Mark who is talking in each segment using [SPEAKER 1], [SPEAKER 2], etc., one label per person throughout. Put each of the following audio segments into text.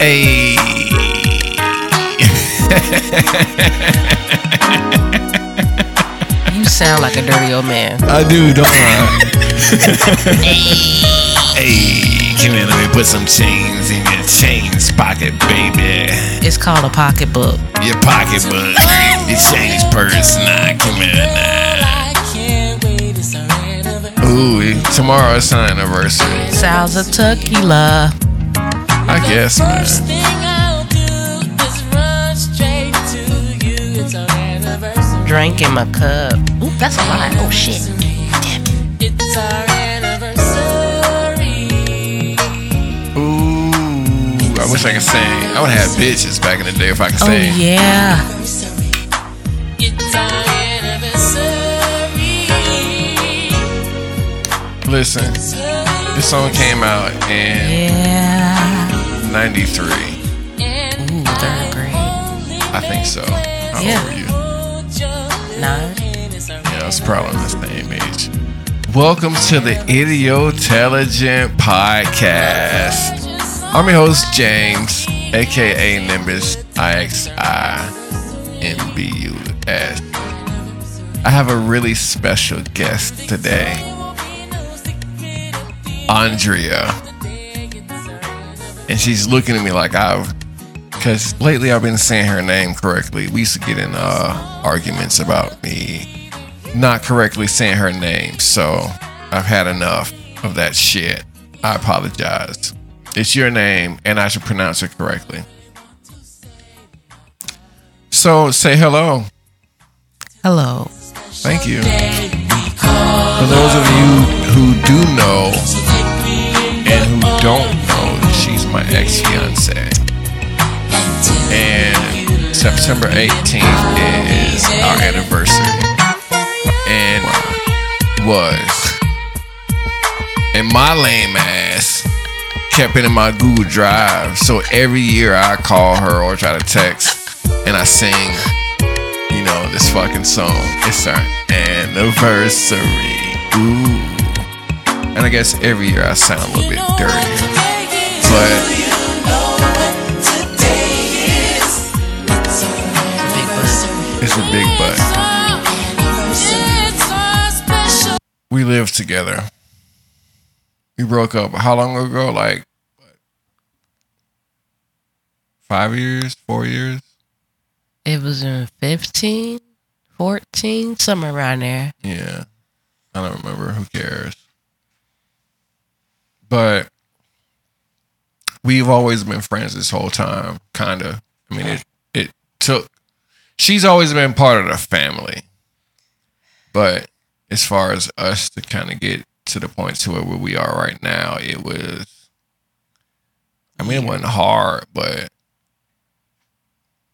[SPEAKER 1] Hey.
[SPEAKER 2] You sound like a dirty old man.
[SPEAKER 1] I do, don't I? hey. Hey. Come here, let me put some chains in your chains pocket, baby.
[SPEAKER 2] It's called a pocketbook.
[SPEAKER 1] Your pocketbook. Your change purse. Nah, come here, nah. Ooh, tomorrow's it's not anniversary.
[SPEAKER 2] Sounds of tequila.
[SPEAKER 1] I guess, man.
[SPEAKER 3] First thing I'll do is run straight to you. It's our anniversary.
[SPEAKER 2] Drink in my cup. Ooh, that's a lot. Oh shit.
[SPEAKER 3] It's our anniversary.
[SPEAKER 1] Ooh, I wish I could sing. I would have bitches back in the day if I could
[SPEAKER 2] Oh
[SPEAKER 1] sing.
[SPEAKER 2] yeah.
[SPEAKER 3] It's our anniversary.
[SPEAKER 1] Listen, this song came out in
[SPEAKER 2] Yeah.
[SPEAKER 1] '93.
[SPEAKER 3] And
[SPEAKER 2] Ooh, third grade.
[SPEAKER 1] I think so. How
[SPEAKER 2] Yeah.
[SPEAKER 1] old were you?
[SPEAKER 2] Nine.
[SPEAKER 1] Yeah, I was probably in the same age. Welcome to the Idiotelligent Podcast. I'm your host, James, aka Nimbus IXI MBUS. I have a really special guest today, Andrea. And she's looking at me like I've because lately I've been saying her name correctly. We used to get in uh, arguments about me not correctly saying her name, so I've had enough of that shit. I apologize. It's your name, and I should pronounce it correctly. So say hello.
[SPEAKER 2] Hello.
[SPEAKER 1] Thank you. For those of you who do know and who don't know, she's my ex fiance. And September 18th is our anniversary. And was. And my lame ass kept it in my Google Drive. So every year I call her or try to text and I sing you know, this fucking song. It's our anniversary. Ooh. And I guess every year I sound a little bit dirty. But
[SPEAKER 2] Big bus.
[SPEAKER 1] it's a big but. We lived together. We broke up how long ago? Like what? five years, four years?
[SPEAKER 2] It was in 15, 14, somewhere around there.
[SPEAKER 1] Yeah. I don't remember. Who cares? But we've always been friends this whole time, kind of. I mean, it, it took. She's always been part of the family. But as far as us to kind of get to the point to where we are right now, it was. I mean, it wasn't hard, but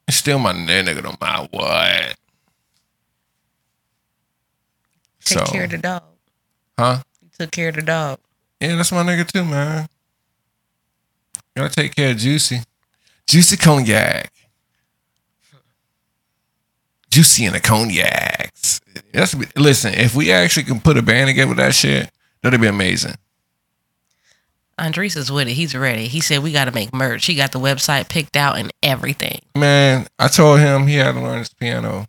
[SPEAKER 1] it's still my nigga, no matter what. So-
[SPEAKER 2] the dog.
[SPEAKER 1] Huh?
[SPEAKER 2] You took care of the dog.
[SPEAKER 1] Yeah, that's my nigga too, man. Gotta take care of Juicy. Juicy cognac. Juicy and the cognacs. That's listen. If we actually can put a band together with that shit, that'd be amazing.
[SPEAKER 2] Andres is with it. He's ready. He said we got to make merch. He got the website picked out and everything.
[SPEAKER 1] Man, I told him he had to learn his piano.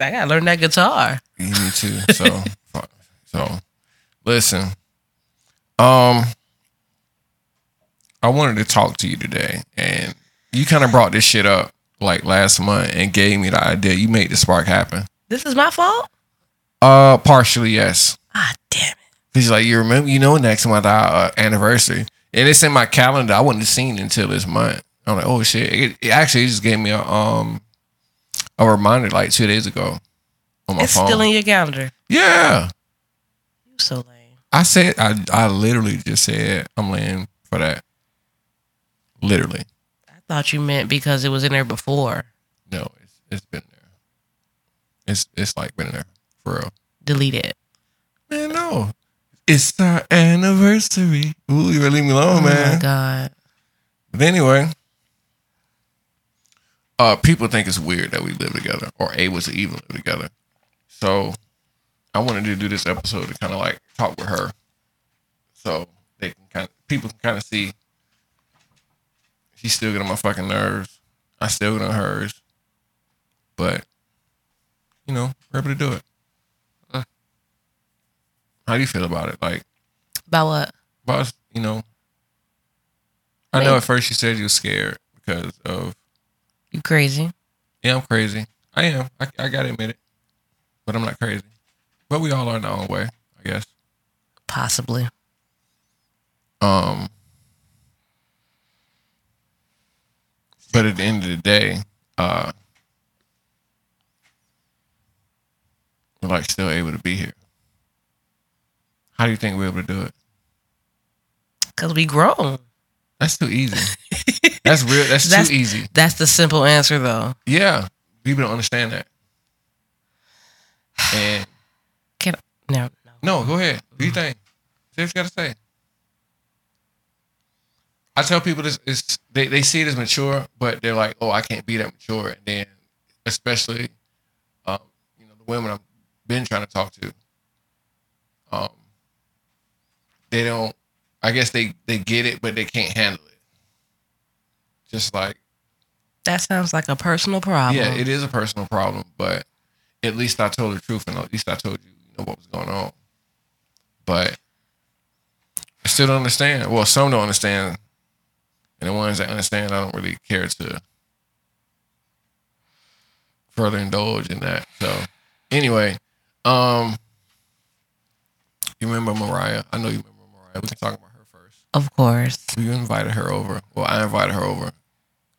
[SPEAKER 2] I gotta learn that guitar.
[SPEAKER 1] You need to. So, fuck. so listen. Um, I wanted to talk to you today, and you kind of brought this shit up like last month and gave me the idea. You made the spark happen.
[SPEAKER 2] This is my fault.
[SPEAKER 1] Uh, partially yes,
[SPEAKER 2] Ah, damn it.
[SPEAKER 1] because like you remember, you know, next month our uh, anniversary, and it's in my calendar. I wouldn't have seen it until this month. I'm like, oh shit! It, it actually just gave me a um a reminder like two days ago on my
[SPEAKER 2] it's
[SPEAKER 1] phone.
[SPEAKER 2] still in your calendar.
[SPEAKER 1] yeah.
[SPEAKER 2] You so lame.
[SPEAKER 1] I said I I literally just said I'm laying for that. Literally.
[SPEAKER 2] I thought you meant because it was in there before.
[SPEAKER 1] No, it's it's been there. It's it's like been there for real.
[SPEAKER 2] Delete it.
[SPEAKER 1] Man, no. It's our anniversary. Ooh, you better leave me alone,
[SPEAKER 2] Oh
[SPEAKER 1] man.
[SPEAKER 2] my god.
[SPEAKER 1] But anyway. Uh people think it's weird that we live together or able to even live together. So I wanted to do this episode to kind of like talk with her. So they can kind of people can kind of see She still get on my fucking nerves. I still get on hers. But you know, we're able to do it. How do you feel about it? Like,
[SPEAKER 2] About what?
[SPEAKER 1] about you know, I know at first you said you were scared because of
[SPEAKER 2] You crazy?
[SPEAKER 1] yeah, I'm crazy. I am. I, I gotta admit it, but I'm not crazy. But we all are in our own way, I guess.
[SPEAKER 2] Possibly.
[SPEAKER 1] Um, but at the end of the day, uh, we're like still able to be here. How do you think we're able to do it?
[SPEAKER 2] Cause we grown.
[SPEAKER 1] That's too easy. that's real. That's,
[SPEAKER 2] That's-
[SPEAKER 1] too easy.
[SPEAKER 2] That's the simple answer though.
[SPEAKER 1] Yeah, people don't understand that. And
[SPEAKER 2] Can no no.
[SPEAKER 1] no, go ahead. What do you think? Say what you gotta say. I tell people this is they, they see it as mature, but they're like, oh, I can't be that mature. And then, especially, um, you know, the women I've been trying to talk to, um, they don't. I guess they they get it, but they can't handle it. Just like
[SPEAKER 2] That sounds like a personal problem.
[SPEAKER 1] yeah, it is a personal problem, but at least I told the truth, and at least I told you, you know what was going on. But I still don't understand. Well, some don't understand, and the ones that understand, I don't really care to further indulge in that. So, anyway, um, you remember Mariah? I know you remember Mariah. We can talk about her first.
[SPEAKER 2] of course.
[SPEAKER 1] We invited her over. Well, I invited her over.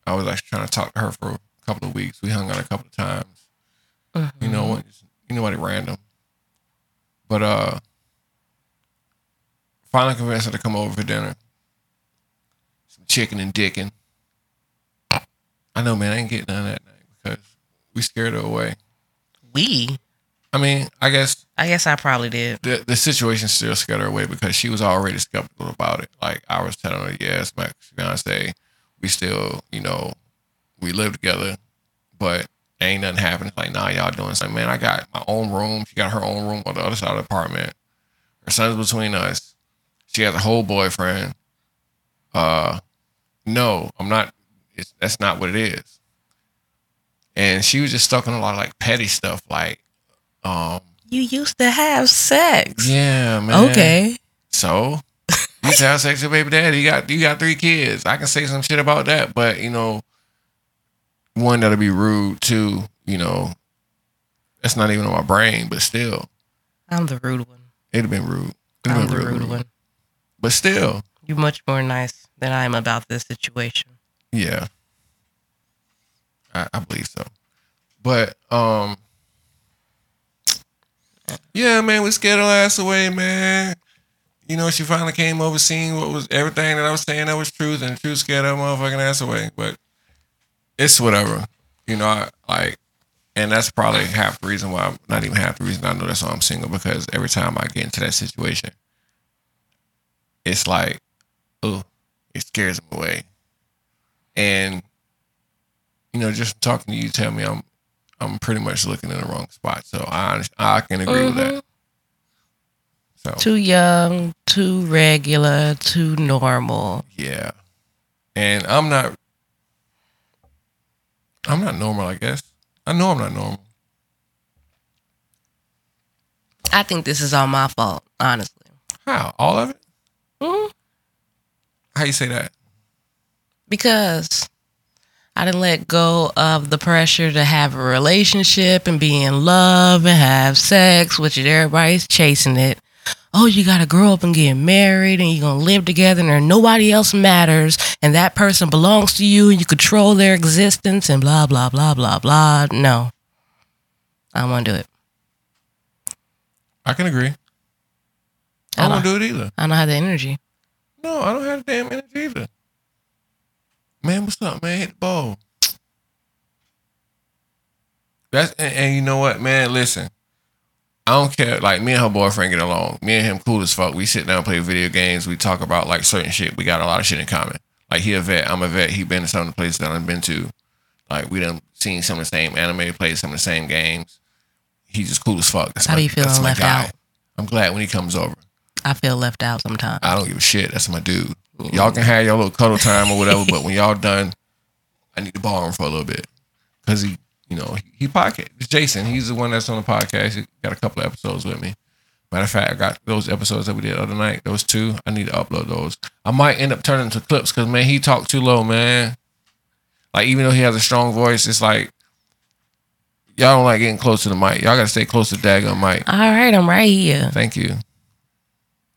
[SPEAKER 1] I was actually trying to talk to her for a couple of weeks. We hung out a couple of times. You know, when- you know, what, random. But uh, finally convinced her to come over for dinner. Some chicken and dickin. I know, man. I ain't getting none that night because we scared her away.
[SPEAKER 2] We.
[SPEAKER 1] I mean, I guess
[SPEAKER 2] I guess I probably did.
[SPEAKER 1] the the situation still scared her away because she was already skeptical about it. Like I was telling her, yes, my fiance, we still, you know, we live together, but ain't nothing happening. Like, nah, y'all doing something, man. I got my own room. She got her own room on the other side of the apartment. Her son's between us. She has a whole boyfriend. Uh, no, I'm not. It's, that's not what it is. And she was just stuck on a lot of like petty stuff, like, um,
[SPEAKER 2] You used to have sex.
[SPEAKER 1] yeah, man.
[SPEAKER 2] Okay.
[SPEAKER 1] So you used to have sex with baby daddy. You got you got three kids. I can say some shit about that, but you know, one that'll be rude. Two, you know, that's not even on my brain. But still,
[SPEAKER 2] I'm the rude one.
[SPEAKER 1] it'd have been rude. It'd
[SPEAKER 2] I'm
[SPEAKER 1] have
[SPEAKER 2] the
[SPEAKER 1] been real
[SPEAKER 2] rude one.
[SPEAKER 1] But still,
[SPEAKER 2] You're much more nice than I am about this situation.
[SPEAKER 1] yeah, I, I believe so. But um, yeah, man, we scared her ass away, man. You know, she finally came over, seeing what was everything that I was saying that was truth, and the truth scared her motherfucking ass away. But it's whatever, you know. I like, and that's probably half the reason why I'm not even half the reason I know that's why I'm single because every time I get into that situation, it's like, oh, it scares me away, and you know, just talking to you, tell me I'm. I'm pretty much looking in the wrong spot, so I I can agree with that. So
[SPEAKER 2] Too young, too regular, too normal.
[SPEAKER 1] yeah, and I'm not. I'm not normal, I guess. I know I'm not normal.
[SPEAKER 2] I think this is all my fault, honestly.
[SPEAKER 1] How all of it?
[SPEAKER 2] Mhm.
[SPEAKER 1] How you say that?
[SPEAKER 2] Because I didn't let go of the pressure to have a relationship and be in love and have sex, which is everybody's chasing it. Oh, you gotta grow up and get married and you're gonna live together and there nobody else matters and that person belongs to you and you control their existence and blah blah blah blah blah. No. I don't wanna do it.
[SPEAKER 1] I can agree. I
[SPEAKER 2] I
[SPEAKER 1] don't
[SPEAKER 2] don't,
[SPEAKER 1] do it either.
[SPEAKER 2] I don't have the energy.
[SPEAKER 1] No, I don't have the damn energy either. Man, what's up, man? Hit the ball. That's and, and you know what, man? Listen, I don't care. Like me and her boyfriend get along. Me and him cool as fuck. We sit down, play video games. We talk about like certain shit. We got a lot of shit in common. Like he a vet, I'm a vet. He been to some of the places that I've been to. Like we done seen some of the same anime, played some of the same games. He's just cool as fuck. That's
[SPEAKER 2] How
[SPEAKER 1] my-
[SPEAKER 2] do you feel
[SPEAKER 1] that's my
[SPEAKER 2] left
[SPEAKER 1] guy.
[SPEAKER 2] out?
[SPEAKER 1] I'm glad when he comes over.
[SPEAKER 2] I feel left out sometimes.
[SPEAKER 1] I don't give a shit. That's my dude. Y'all can have your little cuddle time or whatever, but when y'all done, I need to borrow him for a little bit because he, you know, he, he podcast. It's Jason. He's the one that's on the podcast. He got a couple of episodes with me. Matter of fact, I got those episodes that we did the other night. Those two, I need to upload those. I might end up turning to clips because man, he talked too low, man. Like even though he has a strong voice, it's like y'all don't like getting close to the mic. Y'all gotta stay close to the daggone mic.
[SPEAKER 2] All right, I'm right here.
[SPEAKER 1] Thank you.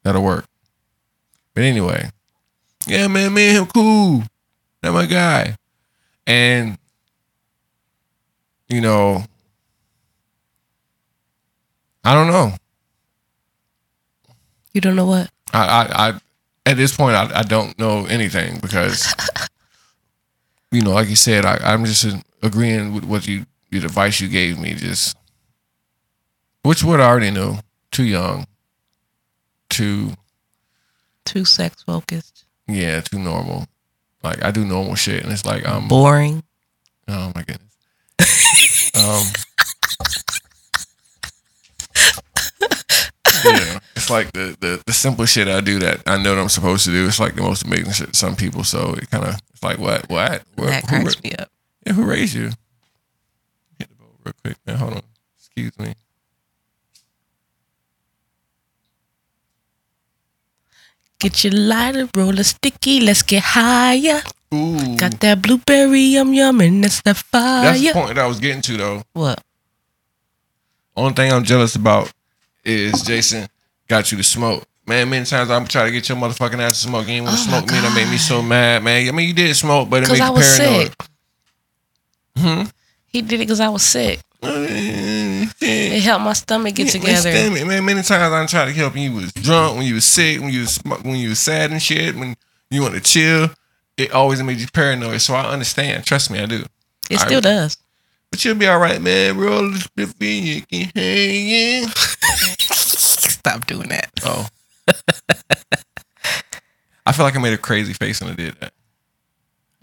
[SPEAKER 1] That'll work. But anyway, yeah, man, me and him cool. That my guy. And you know, I don't know.
[SPEAKER 2] You don't know what?
[SPEAKER 1] I, I, I at this point, I, I don't know anything because, you know, like you said, I, I'm just agreeing with what you, your advice you gave me. Just which what I already knew. Too young. Too
[SPEAKER 2] Too sex focused,
[SPEAKER 1] yeah. Too normal. Like I do normal shit, and it's like I'm.
[SPEAKER 2] boring.
[SPEAKER 1] Oh my goodness. um. yeah, it's like the, the the simple shit I do that I know that I'm supposed to do. It's like the most amazing shit. to Some people, so it kind of it's like what what Where-
[SPEAKER 2] that
[SPEAKER 1] who
[SPEAKER 2] cracks
[SPEAKER 1] ra-
[SPEAKER 2] me up.
[SPEAKER 1] yeah, who raised you? Hit the boat real quick, man. Hold on. Excuse me.
[SPEAKER 2] Get your lighter, roll a sticky, let's get higher.
[SPEAKER 1] Ooh,
[SPEAKER 2] Got uh, that blueberry yum yum and it's the fire.
[SPEAKER 1] that's the point that I was getting to though.
[SPEAKER 2] what?
[SPEAKER 1] Only thing I'm jealous about is Jason got you to smoke. Man, many times I'm trying to get your motherfucking ass to smoke. You ain't want to
[SPEAKER 2] Oh my
[SPEAKER 1] smoke me. That made me so mad, man. I mean, you did smoke, but it made
[SPEAKER 2] Because
[SPEAKER 1] you
[SPEAKER 2] I was
[SPEAKER 1] paranoid. Hmm?
[SPEAKER 2] sick. He did it because I was sick. It helped my stomach get
[SPEAKER 1] Yeah, man,
[SPEAKER 2] together.
[SPEAKER 1] stem it, man. Many times I tried to help you. You was drunk when you was sick, when you was sm- when you was sad and shit. When you want to chill, it always made you paranoid. So I understand. Trust me, I do.
[SPEAKER 2] It
[SPEAKER 1] I-
[SPEAKER 2] still does.
[SPEAKER 1] But you'll be all right, man. Roll this bit you can hang in.
[SPEAKER 2] Stop doing that.
[SPEAKER 1] Oh, I feel like I made a crazy face when I did that.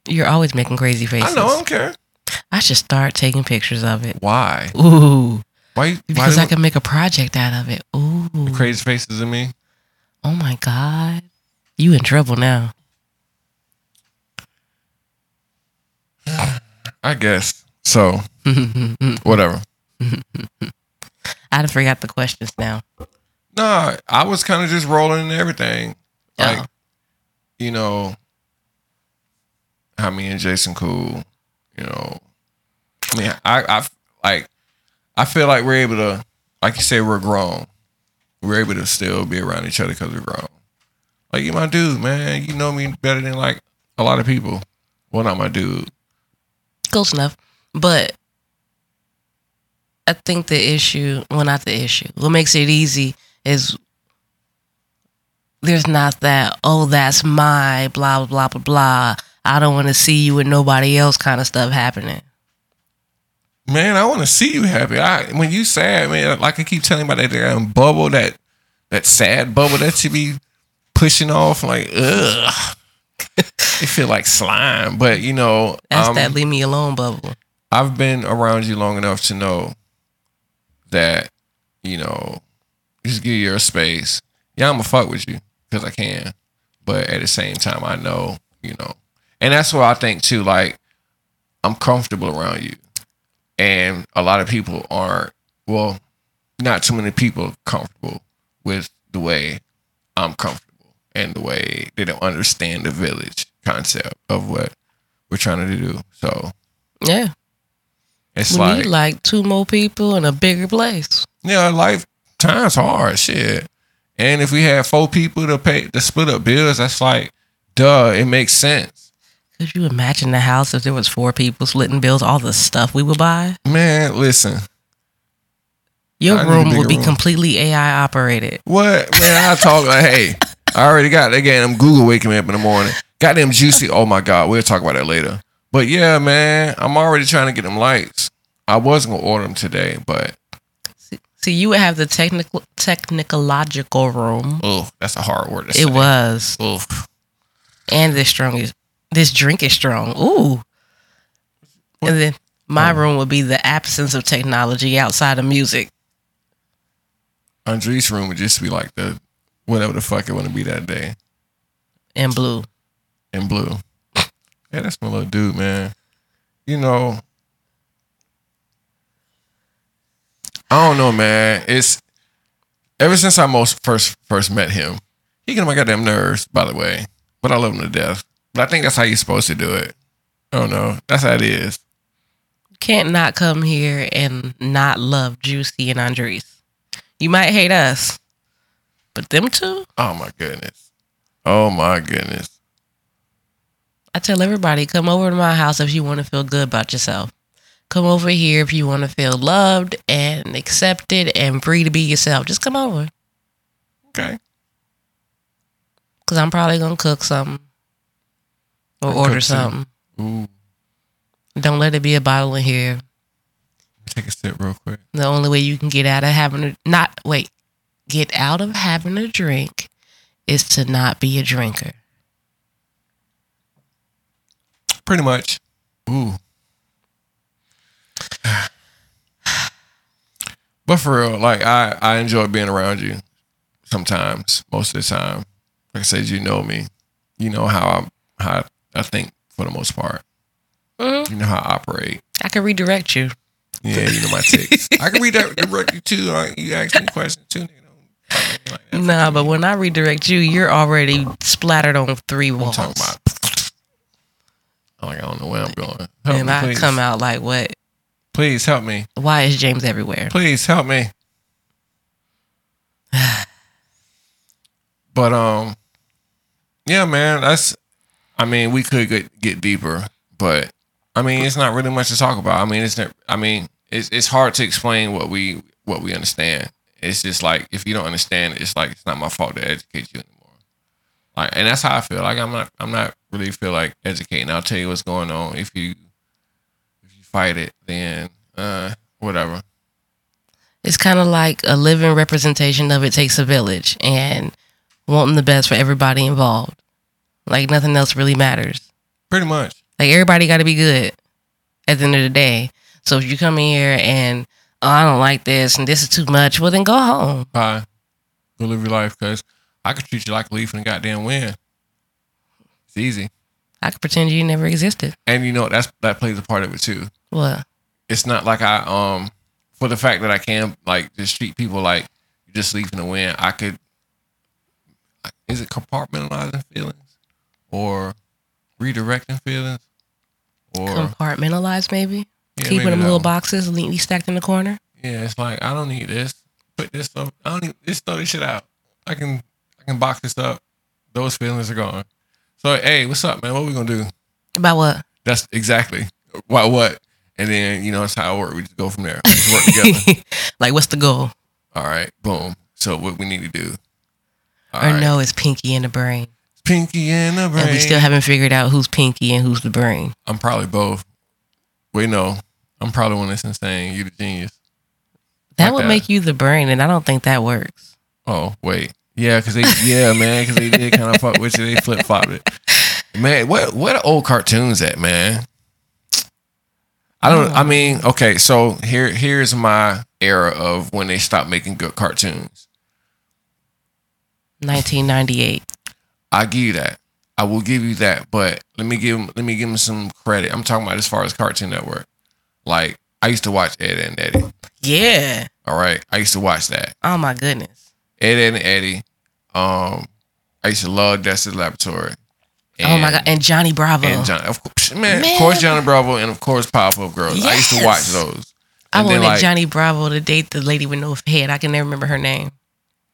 [SPEAKER 2] You're always making crazy faces.
[SPEAKER 1] I know. I don't care.
[SPEAKER 2] I should start taking pictures of it.
[SPEAKER 1] Why?
[SPEAKER 2] Ooh.
[SPEAKER 1] Why? you- Why
[SPEAKER 2] Because
[SPEAKER 1] do
[SPEAKER 2] I can make a project out of it. Ooh.
[SPEAKER 1] crazy faces in me?
[SPEAKER 2] Oh my God. You in trouble now.
[SPEAKER 1] I guess. So whatever.
[SPEAKER 2] I done forgot the questions now.
[SPEAKER 1] Nah, I was kind of just rolling and everything. Like,
[SPEAKER 2] Oh.
[SPEAKER 1] you know, how me and Jason cool. You know, I mean, I, I like, I feel like we're able to, like you say, we're grown. We're able to still be around each other because we're grown. Like you, my dude, man. You know me better than like a lot of people. Well, not my dude.
[SPEAKER 2] Close enough. But I think the issue, well, not the issue. What makes it easy is there's not that, oh, that's my blah, blah, blah, blah, blah. I don't want to see you with nobody else kind of stuff happening.
[SPEAKER 1] Man, I want to see you happy. I when you sad, man. Like I keep telling you about that damn bubble, that that sad bubble that you be pushing off. Like, ugh, it feel like slime. But you know,
[SPEAKER 2] That's
[SPEAKER 1] um,
[SPEAKER 2] that leave me alone bubble.
[SPEAKER 1] I've been around you long enough to know that you know, just give your space. Yeah, I'ma fuck with you because I can, but at the same time, I know you know, and that's what I think too. Like, I'm comfortable around you, and a lot of people aren't. Well, not too many people are comfortable with the way I'm comfortable and the way they don't understand the village concept of what we're trying to do. So
[SPEAKER 2] Yeah.
[SPEAKER 1] it's
[SPEAKER 2] We
[SPEAKER 1] like,
[SPEAKER 2] need like two more people in a bigger place.
[SPEAKER 1] yeah, life times hard, shit. And if we had four people to pay to split up bills, that's like, duh, it makes sense,
[SPEAKER 2] Could you imagine the house if there was four people splitting bills, all the stuff we would buy?
[SPEAKER 1] man. Listen, I
[SPEAKER 2] Your
[SPEAKER 1] need a
[SPEAKER 2] room
[SPEAKER 1] bigger
[SPEAKER 2] would be
[SPEAKER 1] room.
[SPEAKER 2] completely AI operated.
[SPEAKER 1] what man? I talk like, hey, I already got that game. I'm Google waking me up in the morning. Goddamn juicy. Oh my god, we'll talk about that later. But yeah, man, I'm already trying to get them lights. I was gonna order them today, but
[SPEAKER 2] See, see, you would have the technical technological room.
[SPEAKER 1] oh, that's a hard word. To
[SPEAKER 2] It
[SPEAKER 1] say.
[SPEAKER 2] was,
[SPEAKER 1] Oof.
[SPEAKER 2] and this strong is this drink is strong. Ooh, and then my room would be the absence of technology outside of music.
[SPEAKER 1] Andre's room would just be like the whatever the fuck it want to be that day.
[SPEAKER 2] and blue.
[SPEAKER 1] and blue. Yeah, that's my little dude, man. You know, I don't know, man. It's ever since I most first first met him, he get on my goddamn nerves. By the way, but I love him to death. But I think that's how you're supposed to do it. I don't know. That's how it is.
[SPEAKER 2] Can't not come here and not love Juicy and Andres. You might hate us, but them two,
[SPEAKER 1] Oh my goodness. Oh my goodness.
[SPEAKER 2] I tell everybody, come over to my house if you want to feel good about yourself. Come over here if you want to feel loved and accepted and free to be yourself. Just come over.
[SPEAKER 1] Okay.
[SPEAKER 2] Cause I'm probably gonna cook something or
[SPEAKER 1] Cook
[SPEAKER 2] order
[SPEAKER 1] something.
[SPEAKER 2] something.
[SPEAKER 1] Ooh.
[SPEAKER 2] Don't let it be a bottle in here.
[SPEAKER 1] Take a sip real quick.
[SPEAKER 2] The only way you can get out of having a not wait, get out of having a drink is to not be a drinker.
[SPEAKER 1] Pretty much. Ooh. But for real, like I, I enjoy being around you sometimes, most of the time. Like I said, you know me. You know how I how I think for the most part.
[SPEAKER 2] Mhm.
[SPEAKER 1] You know how I operate.
[SPEAKER 2] I can redirect you.
[SPEAKER 1] Yeah, you know my ticks. I can read that directly too. Like, you ask me questions too. nigga, don't- Like,
[SPEAKER 2] No, but when I redirect you, you're already splattered on three
[SPEAKER 1] I'm
[SPEAKER 2] walls.
[SPEAKER 1] talking about. I'm like I don't know where I'm going. Help
[SPEAKER 2] and
[SPEAKER 1] me,
[SPEAKER 2] I
[SPEAKER 1] please.
[SPEAKER 2] come out like what?
[SPEAKER 1] Please help me.
[SPEAKER 2] Why is James everywhere?
[SPEAKER 1] Please help me. but um, yeah, man. That's. I mean, we could get get deeper, but I mean, it's not really much to talk about. I mean, it's not. I mean, it's it's hard to explain what we what we understand. It's just like if you don't understand, it's like it's not my fault to educate you anymore. Like, and that's how I feel. Like I'm not. I'm not really feel like educating. I'll tell you what's going on. If you if you fight it, then uh, whatever.
[SPEAKER 2] It's kind of like a living representation of it takes a village and wanting the best for everybody involved. Like nothing else really matters.
[SPEAKER 1] Pretty much.
[SPEAKER 2] Like everybody got to be good at the end of the day. So if you come in here and oh, I don't like this and this is too much, well then go home.
[SPEAKER 1] Bye. Go live your life, cause I could treat you like a leaf in the goddamn wind. It's easy.
[SPEAKER 2] I could pretend you never existed.
[SPEAKER 1] And you know that's that plays a part of it too.
[SPEAKER 2] Well,
[SPEAKER 1] It's not like I um for the fact that I can like just treat people like you just leaf in the wind, I could is it compartmentalizing feelings? Or redirecting feelings? Or
[SPEAKER 2] compartmentalize maybe.
[SPEAKER 1] Yeah,
[SPEAKER 2] Keeping
[SPEAKER 1] maybe
[SPEAKER 2] them
[SPEAKER 1] that
[SPEAKER 2] little
[SPEAKER 1] one.
[SPEAKER 2] boxes neatly stacked in the corner.
[SPEAKER 1] Yeah, it's like I don't need this. Put this stuff. I don't need this. Throw this shit out. I can I can box this up. Those feelings are gone. So hey, what's up, man? What we gonna do?
[SPEAKER 2] About what?
[SPEAKER 1] That's exactly why what. And then you know that's how I work. We just go from there. We just work together.
[SPEAKER 2] like what's the goal?
[SPEAKER 1] All right, boom. So what we need to do? All
[SPEAKER 2] or
[SPEAKER 1] right.
[SPEAKER 2] no, it's pinky and the brain.
[SPEAKER 1] Pinky and the brain.
[SPEAKER 2] And we still haven't figured out who's pinky and who's the brain.
[SPEAKER 1] I'm probably both. Wait, no. I'm probably one that's insane. You the genius.
[SPEAKER 2] That
[SPEAKER 1] Like
[SPEAKER 2] would
[SPEAKER 1] that.
[SPEAKER 2] make you the brain, and I don't think that works.
[SPEAKER 1] Oh wait, yeah, because they yeah man, because they did kind of fuck with you. They flip flopped it. Man, what what old cartoons at man? I don't. I mean, okay, so here here's my era of when they stopped making good cartoons.
[SPEAKER 2] 1998.
[SPEAKER 1] I give you that. I will give you that. But let me give 'em- let me give them some credit. I'm talking about as far as Cartoon Network. Like I used to watch Ed and Eddie.
[SPEAKER 2] Yeah.
[SPEAKER 1] All right, I used to watch that.
[SPEAKER 2] Oh my goodness.
[SPEAKER 1] Ed and Eddie. Um, I used to love Dexter's Laboratory.
[SPEAKER 2] oh my
[SPEAKER 1] And-
[SPEAKER 2] god. And Johnny Bravo.
[SPEAKER 1] and John, of course, man,
[SPEAKER 2] Uh-huh. Man.
[SPEAKER 1] of course, Johnny Bravo, and of course, Pop Up Girls. I used to watch
[SPEAKER 2] Yes.
[SPEAKER 1] those.
[SPEAKER 2] I
[SPEAKER 1] And then,
[SPEAKER 2] wanted
[SPEAKER 1] like,
[SPEAKER 2] Johnny Bravo to date the lady with no head. I can never remember her name.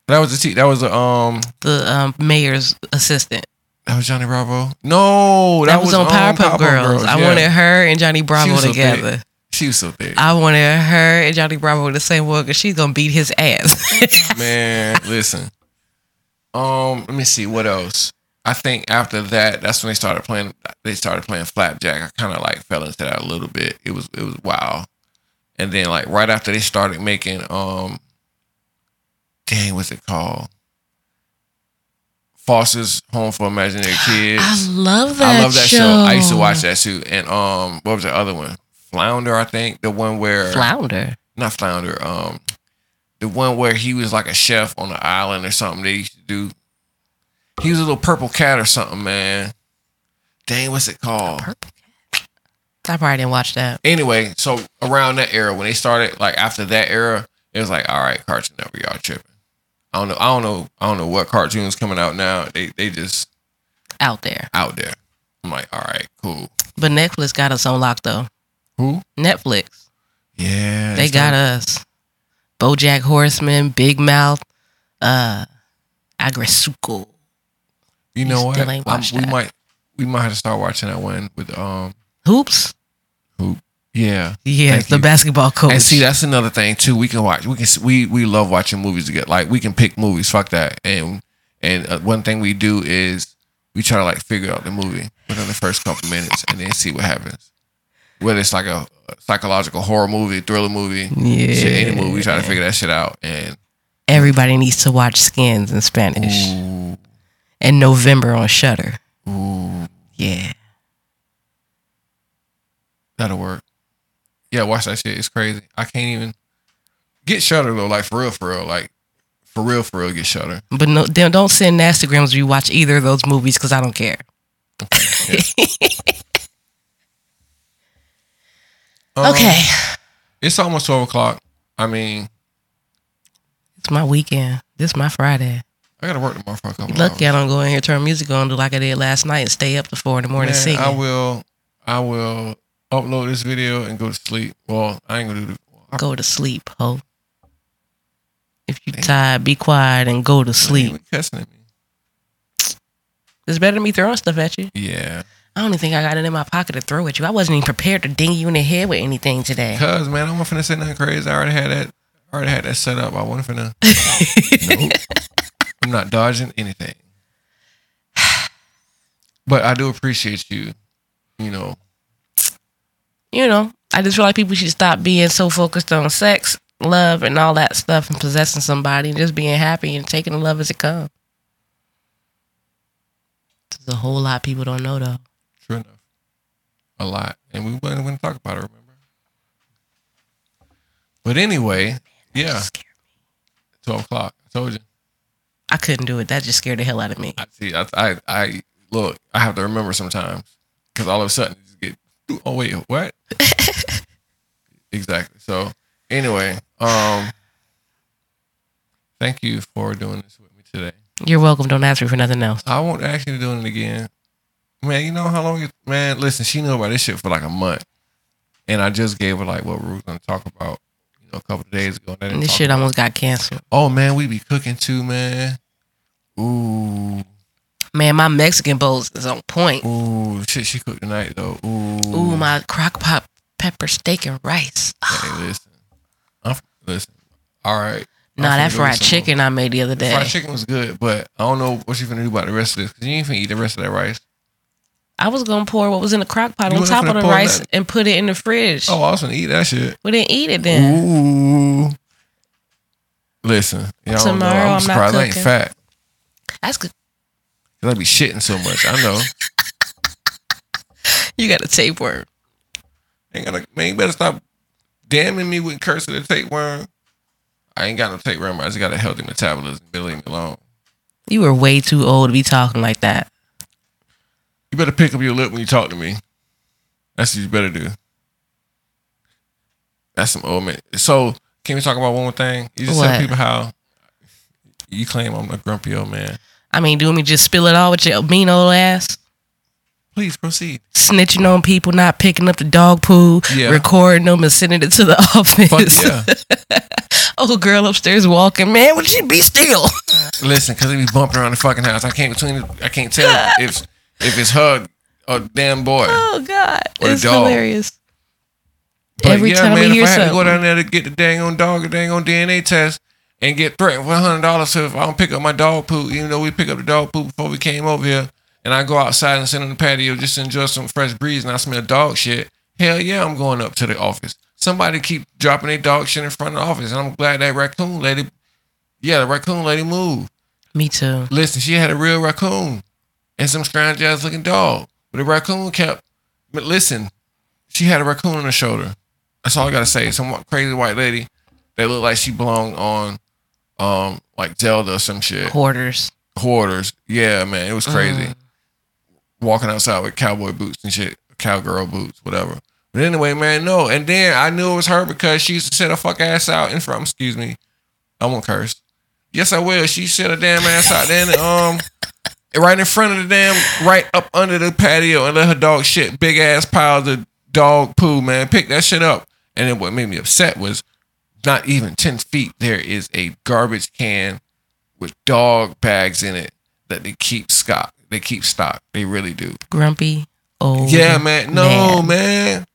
[SPEAKER 1] That was the t- that was the um
[SPEAKER 2] The um, mayor's assistant.
[SPEAKER 1] that was Johnny Bravo. No, um,
[SPEAKER 2] That, was, on Powerpuff, Girls. I
[SPEAKER 1] yeah.
[SPEAKER 2] wanted her and Johnny Bravo
[SPEAKER 1] was so
[SPEAKER 2] together.
[SPEAKER 1] She was so thick,
[SPEAKER 2] I wanted her and Johnny Bravo in the same one because she's gonna beat his ass.
[SPEAKER 1] man. Listen, um, let me see what else. I think after that, that's when they started playing. They started playing flapjack. I kind of like fell into that a little bit. It was it was wow. And then like right after they started making um, dang, what's it called? Foster's Home for Imaginary Kids.
[SPEAKER 2] I love that.
[SPEAKER 1] I love that show. I used to watch that too. And um, what was the other one? Flounder, I think. The one where
[SPEAKER 2] Flounder.
[SPEAKER 1] not Flounder. Um, the one where he was like a chef on an island or something. They used to do. He was a little purple cat or something, man. Dang, what's it called?
[SPEAKER 2] I probably didn't watch that.
[SPEAKER 1] Anyway, so around that era, when they started, like after that era, it was like, all right, Cartoon Network, y'all tripping. I don't know, I don't know, I don't know what cartoons coming out now. They they just
[SPEAKER 2] Out there.
[SPEAKER 1] out there. I'm like, all right, cool.
[SPEAKER 2] But Netflix got us on lock though.
[SPEAKER 1] Who?
[SPEAKER 2] Netflix.
[SPEAKER 1] Yeah,
[SPEAKER 2] They got us. Bojack Horseman, Big Mouth, uh Agresuko.
[SPEAKER 1] You know what?
[SPEAKER 2] still ain't
[SPEAKER 1] I'm-
[SPEAKER 2] watched
[SPEAKER 1] we
[SPEAKER 2] that.
[SPEAKER 1] might we might have to start watching that one with um
[SPEAKER 2] Hoops?
[SPEAKER 1] who yeah
[SPEAKER 2] Yeah,
[SPEAKER 1] Thank
[SPEAKER 2] the
[SPEAKER 1] you.
[SPEAKER 2] basketball coach.
[SPEAKER 1] And see, that's another thing too. We can watch. We can. s- We we love watching movies together. Like we can pick movies. Fuck that. And and uh, one thing we do is we try to like figure out the movie within the first couple minutes, and then see what happens. Whether it's like a psychological horror movie, thriller movie,
[SPEAKER 2] Yeah.
[SPEAKER 1] shit, any movie, we try to figure that shit out. And
[SPEAKER 2] Everybody needs to watch Skins in Spanish.
[SPEAKER 1] ooh,
[SPEAKER 2] And November on Shutter.
[SPEAKER 1] ooh,
[SPEAKER 2] Yeah.
[SPEAKER 1] that'll work. Yeah, watch that shit. It's crazy. I can't even get Shutter though. Like for real, for real, like for real, for real, get Shutter.
[SPEAKER 2] But no, don't don't send nastagrams if you watch either of those movies because I don't care.
[SPEAKER 1] Um,
[SPEAKER 2] okay,
[SPEAKER 1] It's almost twelve o'clock. I mean,
[SPEAKER 2] it's my weekend. This is my Friday.
[SPEAKER 1] I gotta work tomorrow for a couple
[SPEAKER 2] Lucky I
[SPEAKER 1] hours.
[SPEAKER 2] don't go in here turn music on do like I did last night and stay up to four in the morning
[SPEAKER 1] Man,
[SPEAKER 2] singing.
[SPEAKER 1] I will. I will upload this video and go to sleep. Well, I ain't gonna do. The,
[SPEAKER 2] go to sleep, ho. If you tired, be quiet and go to
[SPEAKER 1] Man,
[SPEAKER 2] sleep.
[SPEAKER 1] you Cussing at me.
[SPEAKER 2] It's better than me throwing stuff at you.
[SPEAKER 1] Yeah,
[SPEAKER 2] I don't even think I got it in my pocket to throw at you. I wasn't even prepared to ding you in the head with anything today.
[SPEAKER 1] cause man, I wasn't finna say nothing crazy. I already had that. I already had that set up. I wasn't finna. nope. I'm not dodging anything. But I do appreciate you. You know,
[SPEAKER 2] you know, I just feel like people should stop being so focused on sex, love, and all that stuff, and possessing somebody, and just being happy and taking the love as it comes. There's a whole lot people don't know though.
[SPEAKER 1] true enough, a lot, and we wasn't gonna talk about it. Remember. But anyway, yeah,
[SPEAKER 2] Scared me.
[SPEAKER 1] twelve o'clock. I told you.
[SPEAKER 2] I couldn't do it. That just scared the hell out of me.
[SPEAKER 1] I see. I, I, I look. I have to remember sometimes because all of a sudden you just get. Oh wait, what? exactly. So anyway, um, thank you for doing this with me today.
[SPEAKER 2] You're welcome. Don't ask me for nothing else.
[SPEAKER 1] I won't ask you to do it again, man. You know how long? It, man, listen. She knew about this shit for like a month, and I just gave her like what we were gonna talk about, you know, a couple of days ago. and I didn't
[SPEAKER 2] This
[SPEAKER 1] talk
[SPEAKER 2] shit almost got canceled.
[SPEAKER 1] about- Oh man, we be cooking too, man. Ooh.
[SPEAKER 2] Man, my Mexican bowls is on point.
[SPEAKER 1] Ooh, shit, she cooked tonight though. Ooh,
[SPEAKER 2] Ooh, my crock pot pepper steak and rice. Ah,
[SPEAKER 1] Hey, listen, I'm, listen. All right. I'm
[SPEAKER 2] nah,
[SPEAKER 1] finna
[SPEAKER 2] that
[SPEAKER 1] go
[SPEAKER 2] fried
[SPEAKER 1] get some more.
[SPEAKER 2] chicken I made the other
[SPEAKER 1] The
[SPEAKER 2] day.
[SPEAKER 1] Fried chicken was good, but I don't know what you finna do about the rest of this because you ain't finna eat the rest of that rice.
[SPEAKER 2] I was gonna pour what was in the crock pot
[SPEAKER 1] You
[SPEAKER 2] on
[SPEAKER 1] wasn't
[SPEAKER 2] top
[SPEAKER 1] finna
[SPEAKER 2] of the
[SPEAKER 1] pour
[SPEAKER 2] rice
[SPEAKER 1] nothing.
[SPEAKER 2] and put it in the fridge.
[SPEAKER 1] Oh, I was finna eat that shit.
[SPEAKER 2] We didn't eat it then.
[SPEAKER 1] Ooh. Listen, y'all don't know.
[SPEAKER 2] Tomorrow
[SPEAKER 1] I'm,
[SPEAKER 2] I'm not
[SPEAKER 1] surprised I ain't
[SPEAKER 2] cooking.
[SPEAKER 1] fat.
[SPEAKER 2] That's good.
[SPEAKER 1] 'cause I be shitting so much. I know.
[SPEAKER 2] You got a tapeworm.
[SPEAKER 1] ain't gotta, man, you better stop damning me with curse of the tapeworm. I ain't got no tapeworm. I just got a healthy metabolism. Better leave me alone.
[SPEAKER 2] You were way too old to be talking like that.
[SPEAKER 1] You better pick up your lip when you talk to me. That's what you better do. That's some old man. So can we talk about one more thing? You just
[SPEAKER 2] What?
[SPEAKER 1] tell people how you claim I'm a grumpy old man.
[SPEAKER 2] I mean, do you want me to just spill it all with your mean old ass?
[SPEAKER 1] Please proceed.
[SPEAKER 2] Snitching on people, not picking up the dog poo,
[SPEAKER 1] Yeah.
[SPEAKER 2] recording them and sending it to the
[SPEAKER 1] Fuck
[SPEAKER 2] office.
[SPEAKER 1] yeah.
[SPEAKER 2] Oh, girl upstairs walking, man, would she be still?
[SPEAKER 1] Listen, cause they be bumping around the fucking house. I can't between the, I can't tell if if it's her or damn boy.
[SPEAKER 2] Oh God,
[SPEAKER 1] Or the
[SPEAKER 2] it's
[SPEAKER 1] dog.
[SPEAKER 2] hilarious.
[SPEAKER 1] But
[SPEAKER 2] Every
[SPEAKER 1] yeah,
[SPEAKER 2] time
[SPEAKER 1] man,
[SPEAKER 2] I hear
[SPEAKER 1] if I had to go
[SPEAKER 2] something,
[SPEAKER 1] down there to get the dang on dog, the dang on DNA test, and get threatened with hundred dollars if I don't pick up my dog poop, even though we pick up the dog poop before we came over here, and I go outside and sit on the patio just to enjoy some fresh breeze, and I smell dog shit. Hell yeah, I'm going up to the office. Somebody keep dropping their dog shit in front of the office, and I'm glad that raccoon lady, yeah, the raccoon lady moved.
[SPEAKER 2] me too.
[SPEAKER 1] Listen, she had a real raccoon and some strange ass looking dog. But the raccoon kept. But listen, she had a raccoon on her shoulder. That's all I gotta say. Some wh- crazy white lady that looked like she belonged on, um, like Zelda or some shit.
[SPEAKER 2] Hoarders.
[SPEAKER 1] quarters. Yeah, man, it was crazy. Walking outside with cowboy boots and shit, cowgirl boots, whatever. But anyway, man, no. And then I knew it was her because she used to sit her fuck ass out in front. Excuse me, I won't curse. Yes, I will. She sit her damn ass out there, and, um, right in front of the damn, right up under the patio, and let her dog shit big ass piles of dog poo, man. Pick that shit up. And then what made me upset was not even 10 feet, there is a garbage can with dog bags in it that they keep stock. They keep stock. They really do.
[SPEAKER 2] Grumpy old.
[SPEAKER 1] Yeah, man. No, man.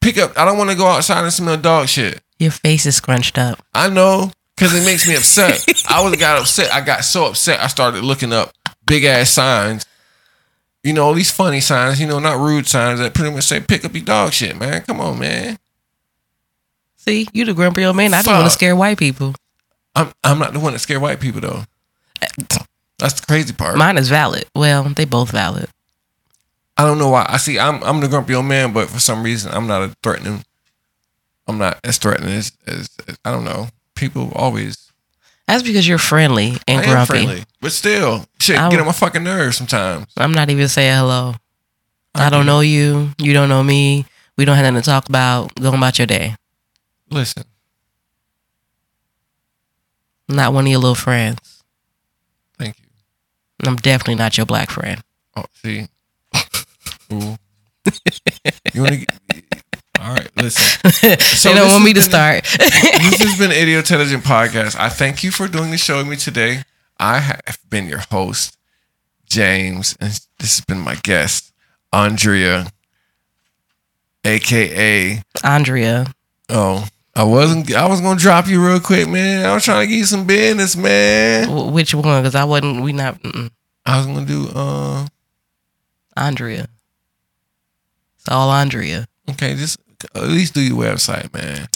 [SPEAKER 1] Pick up. I don't want to go outside and smell dog shit.
[SPEAKER 2] Your face is scrunched up.
[SPEAKER 1] I know because it makes me upset. I was got upset. I got so upset. I started looking up big ass signs. You know, these funny signs, you know, not rude signs that pretty much say, pick up your dog shit, man. Come on, man.
[SPEAKER 2] See, you the grumpy old man. I don't want to
[SPEAKER 1] Fuck.
[SPEAKER 2] scare white people.
[SPEAKER 1] I'm I'm not the one that scare white people though. That's the crazy part.
[SPEAKER 2] Mine is valid. Well, they both valid.
[SPEAKER 1] I don't know why. I see. I'm I'm the grumpy old man, but for some reason, I'm not a threatening. I'm not as threatening as, as, as I don't know. People always
[SPEAKER 2] That's because you're friendly and
[SPEAKER 1] I am
[SPEAKER 2] grumpy.
[SPEAKER 1] friendly, but still, shit,
[SPEAKER 2] I
[SPEAKER 1] get
[SPEAKER 2] w-
[SPEAKER 1] on my fucking nerves sometimes.
[SPEAKER 2] I'm not even saying hello. I don't know you. You don't know me. We don't have nothing to talk about. Go about your day.
[SPEAKER 1] Listen,
[SPEAKER 2] I'm not one of your little friends.
[SPEAKER 1] thank you.
[SPEAKER 2] And I'm definitely not your black friend.
[SPEAKER 1] Oh, see, Ooh. you want to? All right, listen. So
[SPEAKER 2] they
[SPEAKER 1] this
[SPEAKER 2] don't want me
[SPEAKER 1] has
[SPEAKER 2] to
[SPEAKER 1] been-
[SPEAKER 2] start.
[SPEAKER 1] this has been Idiotelligent Podcast. I thank you for doing the show with me today. I have been your host, James, and this has been my guest, Andrea, aka
[SPEAKER 2] Andrea,
[SPEAKER 1] oh. I wasn't. I was gonna drop you real quick, man. I was trying to get you some business, man.
[SPEAKER 2] w- which one? Because I wasn't, we not, mm-mm.
[SPEAKER 1] I was gonna do. Uh,
[SPEAKER 2] Andrea. It's all Andrea.
[SPEAKER 1] okay, just at least do your website, man.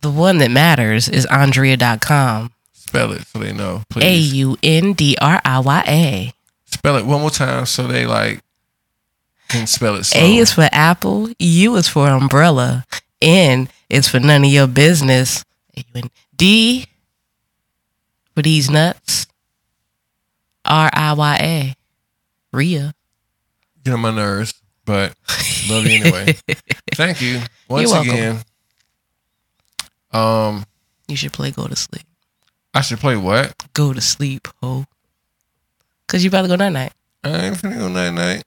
[SPEAKER 2] The one that matters is Andrea.com.
[SPEAKER 1] Spell it so they know,
[SPEAKER 2] A
[SPEAKER 1] please.
[SPEAKER 2] U N D R I Y A.
[SPEAKER 1] Spell it one more time so they like can spell it. Slow.
[SPEAKER 2] A is for apple, U is for umbrella, N is for none of your business, A-U-N, D for these nuts, R I Y A, Rhea.
[SPEAKER 1] get on my nerves, but love you anyway. Thank you once
[SPEAKER 2] welcome.
[SPEAKER 1] again. Um,
[SPEAKER 2] You should play Go to Sleep.
[SPEAKER 1] I should play what?
[SPEAKER 2] Go to sleep, ho. Cause you about to go night night.
[SPEAKER 1] I ain't finna go night night.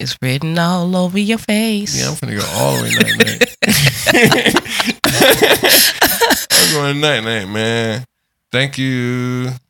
[SPEAKER 2] It's written all over your face.
[SPEAKER 1] Yeah, I'm finna go all the way night night. I'm going night night, man. Thank you.